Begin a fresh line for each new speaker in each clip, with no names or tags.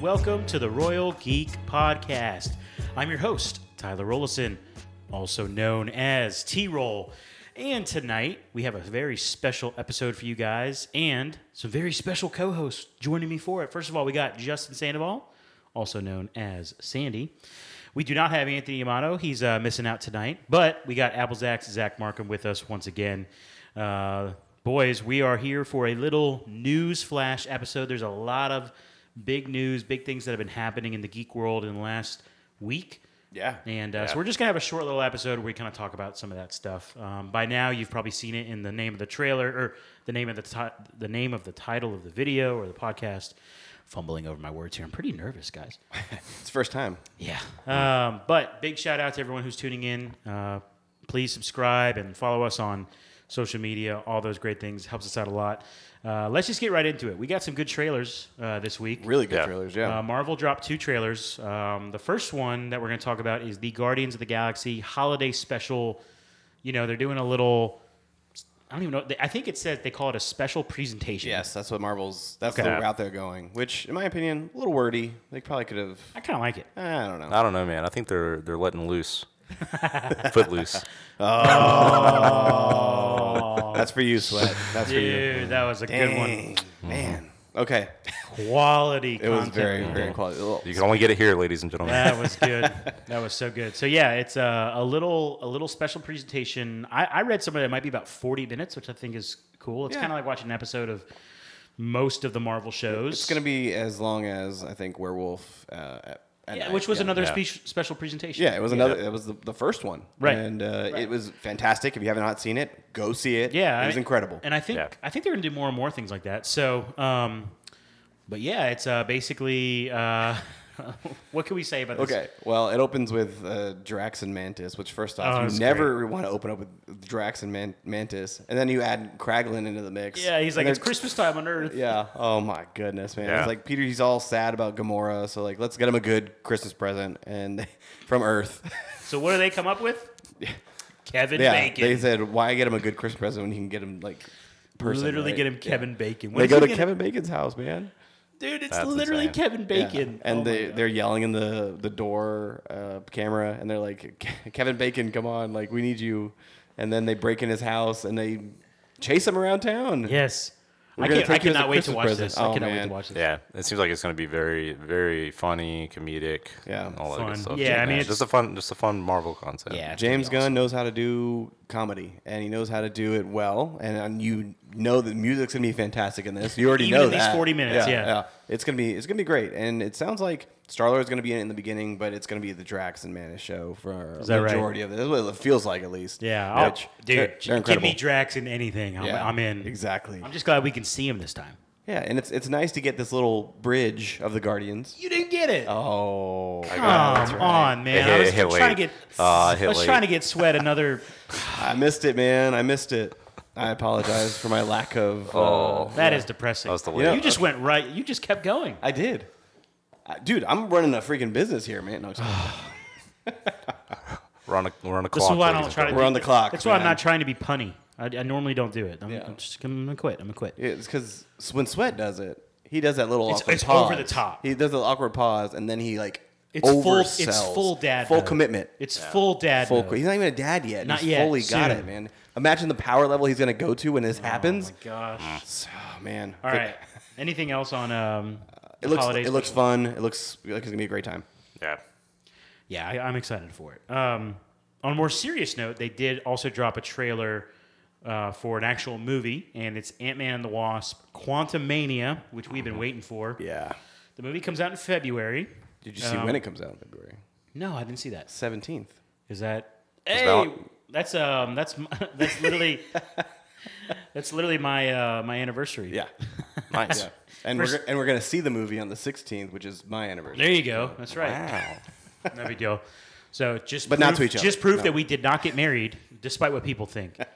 welcome to the Royal Geek Podcast. I'm your host, Tyler Rollison, also known as T Roll. And tonight we have a very special episode for you guys and some very special co hosts joining me for it. First of all, we got Justin Sandoval, also known as Sandy. We do not have Anthony Amato. He's uh, missing out tonight, but we got Apple Zach's Zach Markham with us once again. Uh, boys, we are here for a little news flash episode. There's a lot of big news, big things that have been happening in the geek world in the last week.
Yeah.
And uh, so we're just going to have a short little episode where we kind of talk about some of that stuff. Um, by now, you've probably seen it in the name of the trailer or the name of the ti- the name of the title of the video or the podcast. Fumbling over my words here. I'm pretty nervous, guys.
It's first time.
Yeah. Um, but big shout out to everyone who's tuning in. Uh, please subscribe and follow us on social media. All those great things helps us out a lot. Uh, let's just get right into it. We got some good trailers uh, this week.
Really good
Yeah.
trailers. Yeah.
Uh, Marvel dropped two trailers. Um, the first one that we're going to talk about is the Guardians of the Galaxy holiday special. You know, they're doing a little. I don't even know. I think it says they call it a special presentation.
yes, that's what Marvel's. That's
Okay.
the route they're going. Which, in my opinion, a little wordy. They probably could have.
I kind of like it.
I don't know.
I don't know, man. I think they're they're letting loose, foot loose.
that's for you, sweat. That's for you.
Dude, that was a good Mm-hmm.
Dang, man. Okay.
one. Quality.
It was
content Mm-hmm.
very,
we
very
did.
quality. Oh,
You can only get it here, ladies and gentlemen.
That was good. that was so good. So yeah, it's a, a little a little special presentation. I, I read somewhere that might be about forty minutes, which I think is cool. It's
Yeah.
kind of like watching an episode of most of the Marvel shows.
It's gonna be as long as I think Werewolf. Uh, at, at
yeah,
night.
which was another
Yeah.
speech, special presentation.
Yeah, it was another. It was the, the first one.
Right.
And uh, it was fantastic. If you have not seen it, go see it.
Yeah,
It was
I-
incredible.
And I think
Yeah.
I think they're gonna do more and more things like that. So, um, but yeah, it's uh, basically uh, what can we say about this?
Okay, well, it opens with uh, Drax and Mantis, which first
Oh,
off,
that's
you never want to open up with Drax and Man- Mantis, and then you add Kraglin into the mix.
Yeah, he's like
And
it's
they're-
Christmas time on Earth.
Yeah. Oh my goodness, man.
Yeah.
It's like Peter, he's all sad about Gamora, so like let's get him a good Christmas present and from Earth.
So what do they come up with? Kevin
yeah.
Bacon.
They said, why get him a good Christmas present when you can get him like person?
Literally
right?
get him
Yeah.
Kevin Bacon. When
They
is
go
he
to
gonna-
Kevin Bacon's house, man.
Dude, it's
That's
literally
insane.
Kevin Bacon.
Yeah. And
Oh my
they
God.
they're yelling in the the door uh, camera, and they're like, "Kevin Bacon, come on! Like we need you." And then they break in his house and they chase him around town.
yes.
We're
I,
gonna
can, I
take you as a
cannot wait to
Christmas
watch
present.
this. I
Oh,
cannot wait
man.
to watch this.
Yeah, it seems like it's going to be very, very funny, comedic,
Yeah.
and all that
Fun.
good stuff.
Yeah, I mean, it's-
just a fun, just a fun Marvel concept.
Yeah.
James Gunn knows how to do comedy, and he knows how to do it well. And, and you know the music's gonna be fantastic in this. You already
Even
know
in these
that.
40 minutes, yeah.
It's gonna be it's gonna be great. And it sounds like Star Lord's gonna be in it in the beginning, but it's gonna be the Drax and Mantis show for
that
the
right?
majority of it. That's what it feels like, at least.
Yeah. I'll,
Which-
dude,
they're, they're
give
incredible.
me Drax in anything. I'm,
Yeah,
I'm in.
Exactly.
I'm just glad we can see him this time.
Yeah, and it's it's nice to get this little bridge of the Guardians.
You didn't get it.
Oh,
Come on, man.
It
I
hit-
was
it hit
trying to
late.
get
Uh, it
I
hit
was
late.
trying to get sweat another
I missed it, man. I missed it. I apologize for my lack of. Uh,
Oh,
That is depressing.
that was the
Yeah.
way.
you just went right. You just kept going.
I did. I, dude, I'm running a freaking business here, man. No, I'm just kidding.
We're on a, we're on a
This
clock.
is why I
ladies
don't
and
try to
gentlemen.
We're
do-
on the clock,
That's why I'm
man.
not trying to be punny. I, I normally don't do it. I'm,
Yeah.
I'm just I'm gonna quit. I'm gonna quit.
it's because when Sweat does it, he does that little
It's-
awkward
it's
pause.
over the top.
He does the awkward pause, and then he like
It's full. It's
oversells.
full dad.
Full
mode.
commitment.
It's full dad.
Full.
mode.
co- He's not even a dad yet.
Not
he's
yet,
Fully
soon.
got it, man. Imagine the power level he's gonna go to when this happens.
Oh my
Mm.
gosh.
Oh man.
All right. Anything else on um,
Uh, It looks.
holidays?
It looks fun. It looks like it's gonna be a great time.
Yeah.
yeah, I, I'm excited for it. Um, on a more serious note, they did also drop a trailer uh, for an actual movie, and it's Ant Man and the Wasp: Quantum Mania, which we've
Mm-hmm.
been waiting for.
Yeah.
The movie comes out in February.
Did you see
Um,
when it comes out in February?
No, I didn't see that.
Seventeenth.
Is that? Hey,
Val-
that's um, that's m- that's literally that's literally my uh, my anniversary.
Yeah.
Nice.
Yeah. And we we're and we're gonna see the movie on the sixteenth, which is my anniversary.
There you go. That's right.
Wow.
No big deal. So just
But
proof,
not to each other.
Just proof
No.
that we did not get married, despite what people think. uh,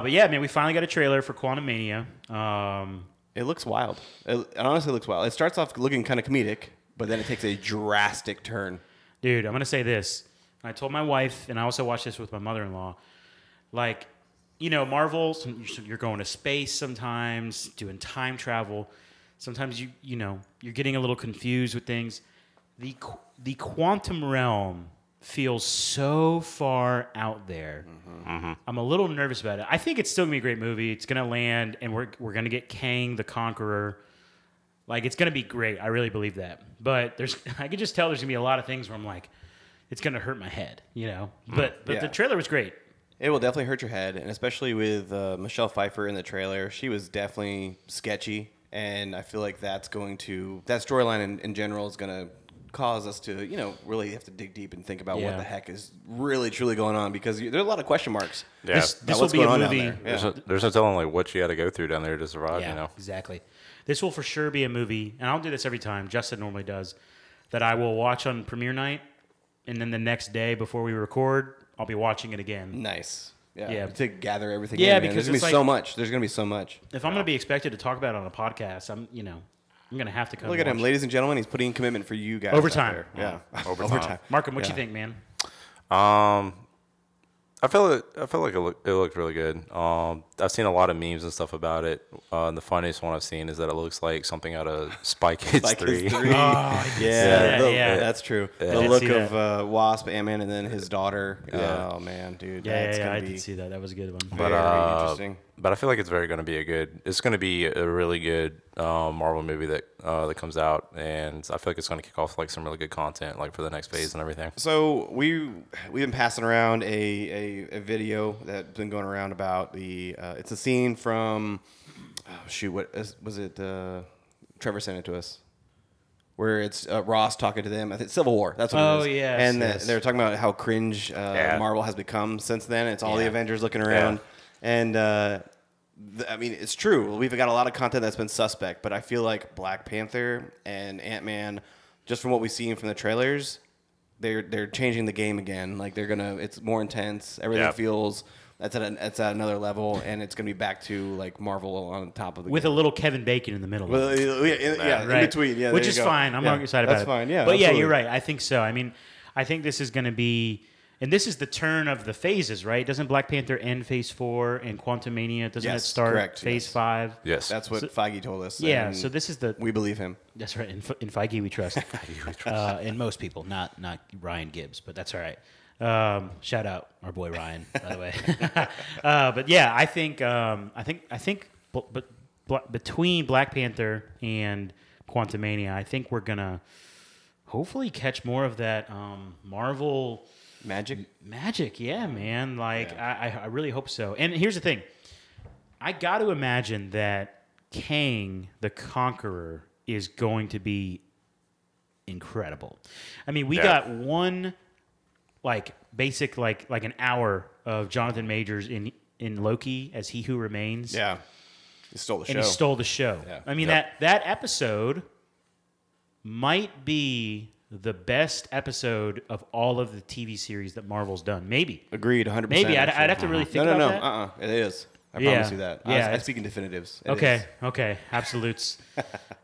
but yeah, man, we finally got a trailer for Quantum Mania. Um,
It looks wild. It, it honestly looks wild. It starts off looking kind of comedic, but then it takes a drastic turn.
dude, I'm gonna say this. I told my wife, and I also watched this with my mother-in-law. Like, you know, Marvel, some- you're going to space sometimes, doing time travel. sometimes you you know you're getting a little confused with things. The qu- the quantum realm feels so far out there. I'm a little nervous about it. I think it's still gonna be a great movie. It's gonna land, and we're we're gonna get Kang the Conqueror. Like it's gonna be great. I really believe that. But there's I can just tell there's gonna be a lot of things where I'm like, it's gonna hurt my head, you know. But but
Yeah.
the trailer was great.
It will definitely hurt your head, and especially with uh, Michelle Pfeiffer in the trailer, she was definitely sketchy, and I feel like that's going to that storyline in, in general is going to cause us to you know really have to dig deep and think about
Yeah.
what the heck is really truly going on because you, there are a lot of question marks.
Yeah.
This
about
this will
what's
be a
going on down
movie.
there.
There's,
Yeah.
no, there's no telling like what you had to go through down there to survive.
Yeah,
You know.
exactly. This will for sure be a movie, and I'll do this every time. Justin normally does that. I will watch on premiere night, and then the next day before we record, I'll be watching it again.
Nice. Yeah.
Yeah.
To gather everything.
Yeah,
in, man.
because
there's gonna be
it's like-
so much. There's gonna be so much.
If I'm going to be expected to talk about it on a podcast, I'm you know I'm going to have to come.
Look at him,
watch.
ladies and gentlemen. He's putting in commitment for you guys. out
Overtime.
there. Yeah.
Overtime.
Markham, what
Yeah.
you think, man?
Um, I felt it. I felt like it, look, it looked really good. Um, I've seen a lot of memes and stuff about it. Uh, and the funniest one I've seen is that it looks like something out of Spy Kids
Like
Three.
his three. yeah,
that,
the-
yeah.
that's true.
I
The
did
look
see
of uh, Wasp, Ant Man, and then his daughter.
Yeah.
Oh man, dude,
Yeah,
that's
yeah, yeah,
gonna
I
be
did see that. That was a good one.
very
uh,
interesting.
But I feel like it's very going to be a good. It's going to be a really good uh, Marvel movie that uh, that comes out, and I feel like it's going to kick off like some really good content, like for the next phase and everything.
So we we've been passing around a, a, a video that's been going around about the uh, it's a scene from oh shoot what is, was it uh, Trevor sent it to us where it's uh, Ross talking to them I think Civil War that's what
Oh,
it is
yes,
and that
yes.
they're talking about how cringe uh,
Yeah.
Marvel has become since then it's all
Yeah.
the Avengers looking around and. Uh, th- I mean, it's true. We've got a lot of content that's been suspect, but I feel like Black Panther and Ant Man, just from what we've seen from the trailers, they're they're changing the game again. Like they're gonna, it's more intense. Everything
Yeah.
feels that's at an, it's at another level, and it's gonna be back to like Marvel on top of the
With a
game.
little Kevin Bacon in the middle. of it.
Well, yeah, in, yeah, in
right?
between, yeah,
which
there
is
you go.
fine. I'm
Yeah,
not excited about
That's
it.
fine, yeah,
but yeah,
absolutely.
you're right. I think so. I mean, I think this is going to be, and this is the turn of the phases, right? Doesn't Black Panther end Phase Four and Quantum Mania? Doesn't
Yes,
it start
correct,
Phase
yes.
Five?
Yes,
That's what Feige told us.
Yeah.
and
So this is the
we believe him.
that's right. In, in Feige, we trust. uh, and most people, not not Ryan Gibbs, but that's all right. Um, shout out our boy Ryan, by the way. uh, but yeah, I think um, I think I think b- but bl- between Black Panther and Quantumania, I think we're gonna hopefully catch more of that um, Marvel
Magic.
magic. Yeah, man. Like I, I, I really hope so. And here's the thing. I got to imagine that Kang the Conqueror is going to be incredible. I mean, we
Yeah.
got one like basic like like an hour of Jonathan Majors in in Loki as He Who Remains.
Yeah, he stole the show.
And he stole the show.
Yeah.
I mean
Yep.
that that episode might be the best episode of all of the TV series that Marvel's done. Maybe.
Agreed, 100.
Maybe I'd, I'd have to
Uh-huh.
really
No,
think
no, no.
about
Uh,
that.
uh It is. I
Yeah.
promise you that.
Yeah,
I, I
it's-
speak in definitives. It
okay,
is.
okay, absolutes.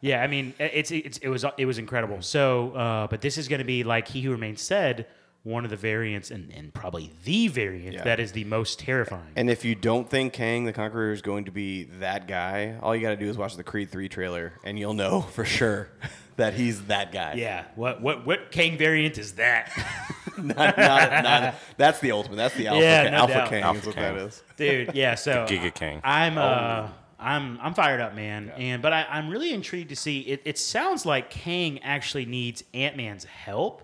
yeah, I mean, i- it's, it's it was it was incredible. So, uh, but this is going to be like He Who Remains said, one of the variants, and, and probably the variant
Yeah.
that is the most terrifying.
And if you don't think Kang the Conqueror is going to be that guy, all you got to do is watch the Creed 3 trailer and you'll know for sure that he's that guy.
yeah, what what what Kang variant is that,
Not- not- not- that's the ultimate. That's the alpha,
Yeah,
Kang-
no
alpha
doubt.
Kang is
Alpha
what
Kang.
that is.
dude? Yeah, so
The Giga King.
I'm
Oh.
uh, I'm I'm fired up, man. And but I, I'm really intrigued to see. It, it sounds like Kang actually needs Ant Man's help.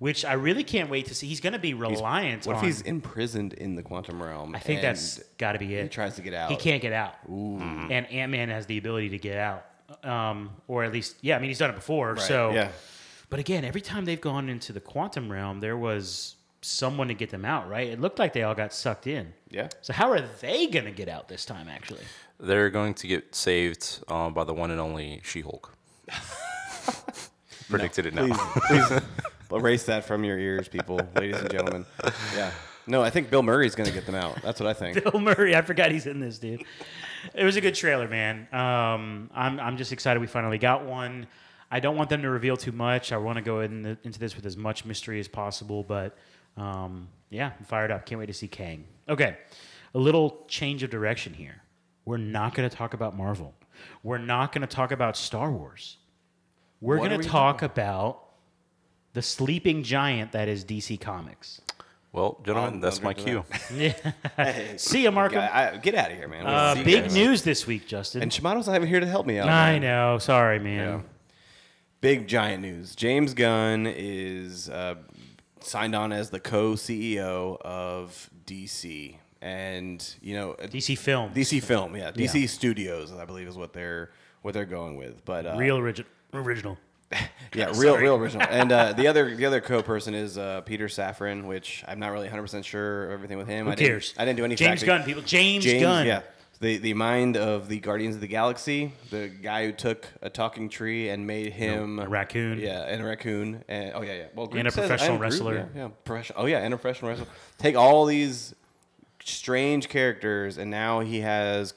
Which I really can't wait to see. He's going to be reliant
What
on.
if he's imprisoned in the quantum realm?
I think
and
that's got to be it.
He tries to get out.
He can't get out. Mm-hmm. And Ant Man has the ability to get out. Um, or at least, yeah, I mean, he's done it before.
Right,
So,
yeah.
but again, every time they've gone into the quantum realm, there was someone to get them out, right? It looked like they all got sucked in.
Yeah.
So, how are they going to get out this time, actually?
They're going to get saved um, by the one and only She-Hulk. Predicted it now.
Please, please erase that from your ears, people, ladies and gentlemen. Yeah. No, I think Bill Murray's going to get them out. That's what I think.
Bill Murray, I forgot he's in this, dude. It was a good trailer, man. Um, I'm, I'm just excited we finally got one. I don't want them to reveal too much. I want to go in the, into this with as much mystery as possible, but um, yeah, I'm fired up. Can't wait to see Kang. Okay, a little change of direction here. We're not going to talk about Marvel. we're not going to talk about Star Wars. We're
What are
going
we
to talk about the sleeping giant that is DC Comics.
Well, gentlemen,
I'm-
that's
I'm
my
good
cue.
with
See ya, Markham.
I, I- get out of here, man.
Uh,
See you
big
guys.
news this week, Justin.
And Shimano's not even here to help me out.
I
man.
know. Sorry, man.
Big giant news. James Gunn is uh, signed on as the co-CEO of DC, and you know
DC Film.
DC Film, yeah, DC Studios, I believe, is what they're what they're going with. But uh,
Real origi- original.
yeah, real, real original. And uh, the other the other co-person is uh, Peter Safran, which I'm not really 100 percent sure of everything with him.
Who
I
cares?
Didn't, I didn't do any
James
fact-
Gunn, people. James,
James,
Gunn.
yeah, the the mind of the Guardians of the Galaxy, the guy who took a talking tree and made him
a raccoon.
Yeah, and a raccoon. And oh yeah, yeah. Well, Groot
And a
says, "I
professional
am Groot,"
wrestler.
Yeah, yeah, professional. Oh yeah, and a professional wrestler. Take all these strange characters, and now he has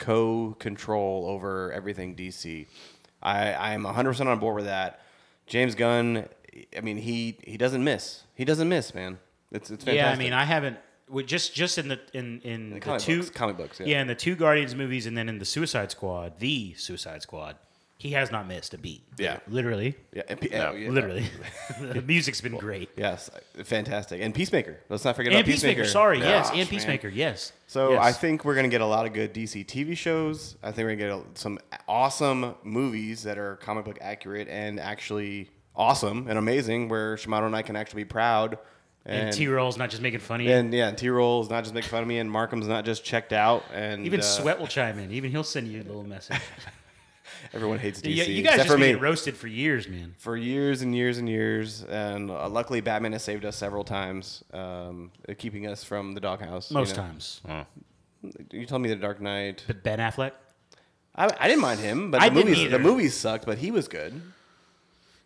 co-control over everything DC. I I am 100 percent on board with that. James Gunn. I mean, he he doesn't miss. He doesn't miss, man. It's it's fantastic.
Yeah, I mean, I haven't. we- Just just in the in in the,
comic
two
books, comic books, yeah.
yeah, in the two Guardians movies, and then in the Suicide Squad, the Suicide Squad, he has not missed a beat.
Yeah.
literally,
yeah, and P- oh, yeah.
literally. the music's been great.
Yes, fantastic. And Peacemaker. Let's not forget
And
about Peacemaker.
Peacemaker, sorry,
Yeah.
yes,
Gosh,
and
man.
Peacemaker, yes.
So
yes.
I think we're going to get a lot of good DC TV shows. I think we're going to get a, some awesome movies that are comic book accurate and actually awesome and amazing where Shimano and I can actually be proud.
and, T Roll's not just making funny.
and yeah, T Roll's not just making fun of me and Markham's not just checked out and
even
uh,
Sweat will chime in. Even he'll send you a little message.
Everyone hates DC.
you, you guys
except
just
for
been
me.
getting roasted for years, man.
for years and years and years, and uh, luckily Batman has saved us several times, um, uh, keeping us from the doghouse. you
Most
know.
times,
You told me the Dark Knight.
but Ben Affleck,
I, I didn't mind him, but
I
the
didn't
movies
either.
the movies sucked, but he was good.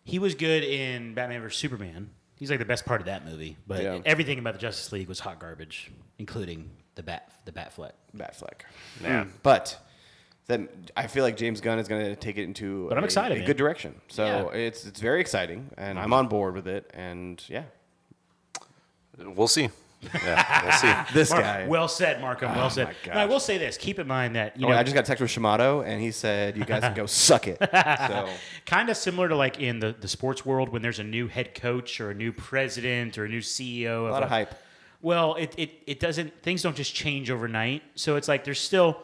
he was good in Batman vs Superman. He's like the best part of that movie, but
Yeah.
everything about the Justice League was hot garbage, including the bat, the Batfleck.
Batfleck.
Hmm.
Yeah. But then I feel like James Gunn is going to take it into
But I'm
a-
excited,
a
man.
good direction. So
Yeah. Hmm.
it's it's very exciting, and I'm on board with it. And yeah,
We'll see. Yeah, we'll see.
this
Mark,
guy. Oh,
Well said, Markham. Well said.
my
Now, I
gosh.
will say this: keep in mind that you
Oh,
know,
I just got a text from Shimado, and he said, "You guys can go suck it." So
kind of similar to like in the, the sports world when there's a new head coach or a new president or a new CEO.
a lot of hype.
Well, it, it, it doesn't things don't just change overnight. So it's like there's still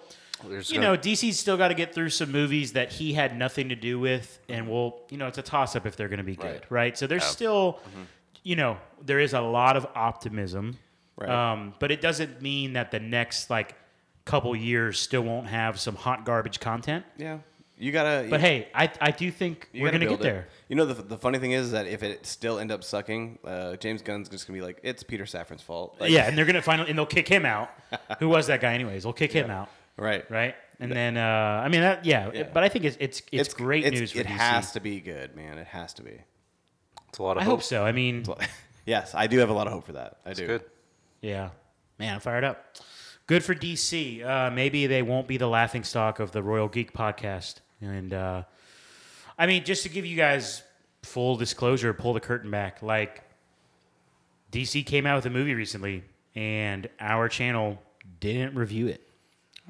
There's
you
no-
know, DC's still got to get through some movies that he had nothing to do with and we'll, you know, it's a toss up if they're going to be good, right?
Right. Mm-hmm.
So there's still you know, there is a lot of optimism.
Right.
Um, but it doesn't mean that the next like couple years still won't have some hot garbage content.
Yeah, you gotta.
But hey, I I do think
You
we're
gotta
going to get
build it.
there.
You know, the, the funny thing is that if it still end up sucking, uh, James Gunn's just gonna be like, it's Peter Safran's fault. Like,
yeah, and they're gonna finally and they'll kick him out. Who was that guy, anyways? They'll kick him out,
right,
right? And then uh, I mean, that, yeah, it- But I think it's it's it's, great news for
it
DC.
has to be good, man. It has to be.
It's a lot of
I
hope.
hope so. I mean,
yes, I do have a lot of hope for that. I do.
Good.
yeah, man, I'm fired up. Good for DC. Uh, maybe they won't be the laughing stock of the Royal Geek podcast. And uh, I mean, just to give you guys full disclosure, pull the curtain back. Like DC came out with a movie recently, and our channel didn't review it.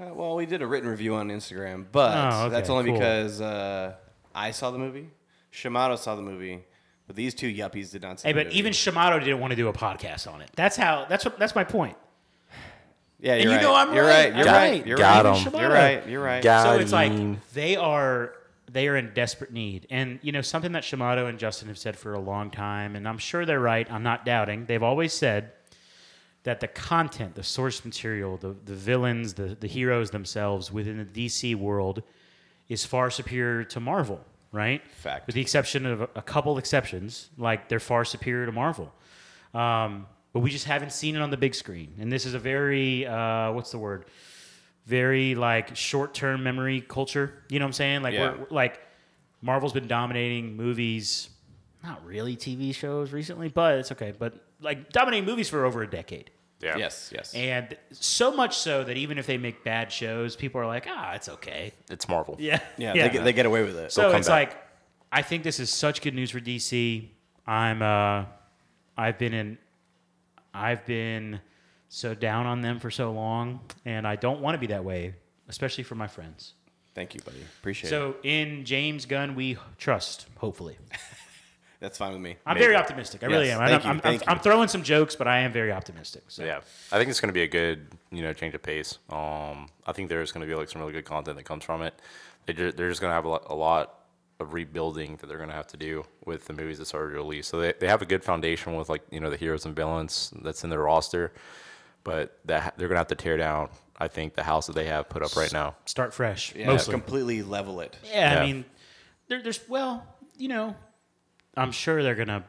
Uh, well, we did a written review on Instagram, but
Oh, okay,
that's only
cool.
because uh, I saw the movie, Shimado saw the movie, but these two yuppies did not see.
Hey,
the
but
movie.
even Shimano didn't want to do a podcast on it. That's how. That's what. That's my point.
yeah,
and
you're
you
right.
know I'm
you're
right.
right. You're
I'm
right.
right.
You're
Got
right.
'em.
You're right. You're right.
Got
So it's like
him.
they are they are in desperate need, and you know something that Shimano and Justin have said for a long time, and I'm sure they're right. I'm not doubting. They've always said that the content, the source material, the the villains, the the heroes themselves within the DC world is far superior to Marvel, right?
Fact.
With the exception of a couple exceptions, like they're far superior to Marvel. Um, but we just haven't seen it on the big screen. And this is a very, uh, what's the word? Very like short term memory culture. You know what I'm saying? Like,
Yeah.
we're, like Marvel's been dominating movies, not really TV shows recently, but it's okay. But like dominating movies for over a decade.
Yeah.
Yes. Yes.
And so much so that even if they make bad shows, people are like, ah, it's okay.
It's Marvel.
Yeah.
yeah. They, get, they get away with it.
So
come
it's
back.
like, I think this is such good news for DC. I'm, uh, I've been in, I've been so down on them for so long, and I don't want to be that way, especially for my friends.
Thank you, buddy. Appreciate it.
So in James Gunn, we trust. Hopefully,
That's fine with me.
I'm
Maybe.
very optimistic. I really
Yes,
am. I'm,
thank you,
I'm, I'm,
thank
I'm
you.
throwing some jokes, but I am very optimistic. So
Yeah, I think it's going to be a good you know change of pace. Um, I think there's going to be like some really good content that comes from it. They ju- they're just going to have a lot, a lot of rebuilding that they're going to have to do with the movies that's already released. So they, they have a good foundation with like you know the heroes and villains that's in their roster, but that they're going to have to tear down. I think the house that they have put up right now.
start fresh.
Yeah,
mostly.
completely level it.
yeah, I
Yeah.
mean, there, there's well, you know, I'm sure they're gonna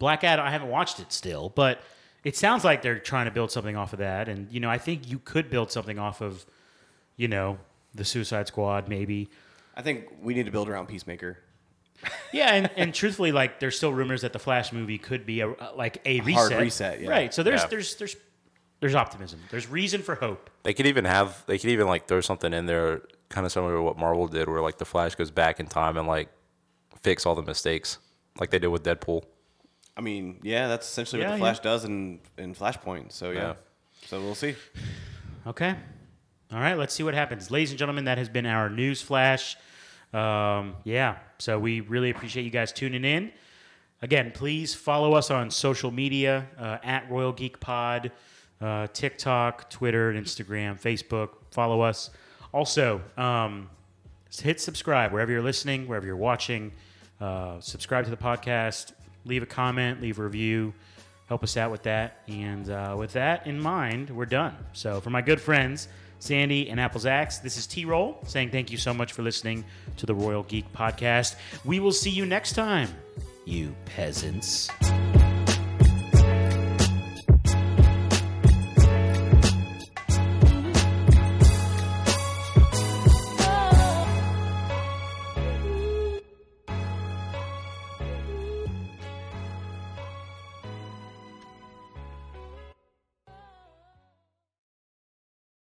Black Adam. I haven't watched it still, but it sounds like they're trying to build something off of that. And you know, I think you could build something off of, you know, the Suicide Squad maybe.
I think we need to build around Peacemaker.
Yeah, and, and truthfully, like there's still rumors that the Flash movie could be a like a reset.
hard reset, yeah.
Right. So there's
Yeah.
there's there's there's optimism. There's reason for hope.
They could even have they could even like throw something in there kind of similar to what Marvel did, where like the Flash goes back in time and like fix all the mistakes like they did with Deadpool.
I mean, yeah, that's essentially
Yeah,
what
yeah.
the Flash does in, in Flashpoint. So yeah.
Yeah.
So we'll see.
Okay. All right, let's see what happens. Ladies and gentlemen, that has been our news flash. Um, yeah, so we really appreciate you guys tuning in. Again, please follow us on social media uh, at Royal Geek Pod, uh, TikTok, Twitter, Instagram, Facebook. Follow us. Also, um, hit subscribe wherever you're listening, wherever you're watching. Uh, subscribe to the podcast. Leave a comment, leave a review. Help us out with that. And uh, with that in mind, we're done. So, for my good friends, Sandy and Apple's Axe, this is T Roll saying thank you so much for listening to the Royal Geek Podcast. We will see you next time, you peasants.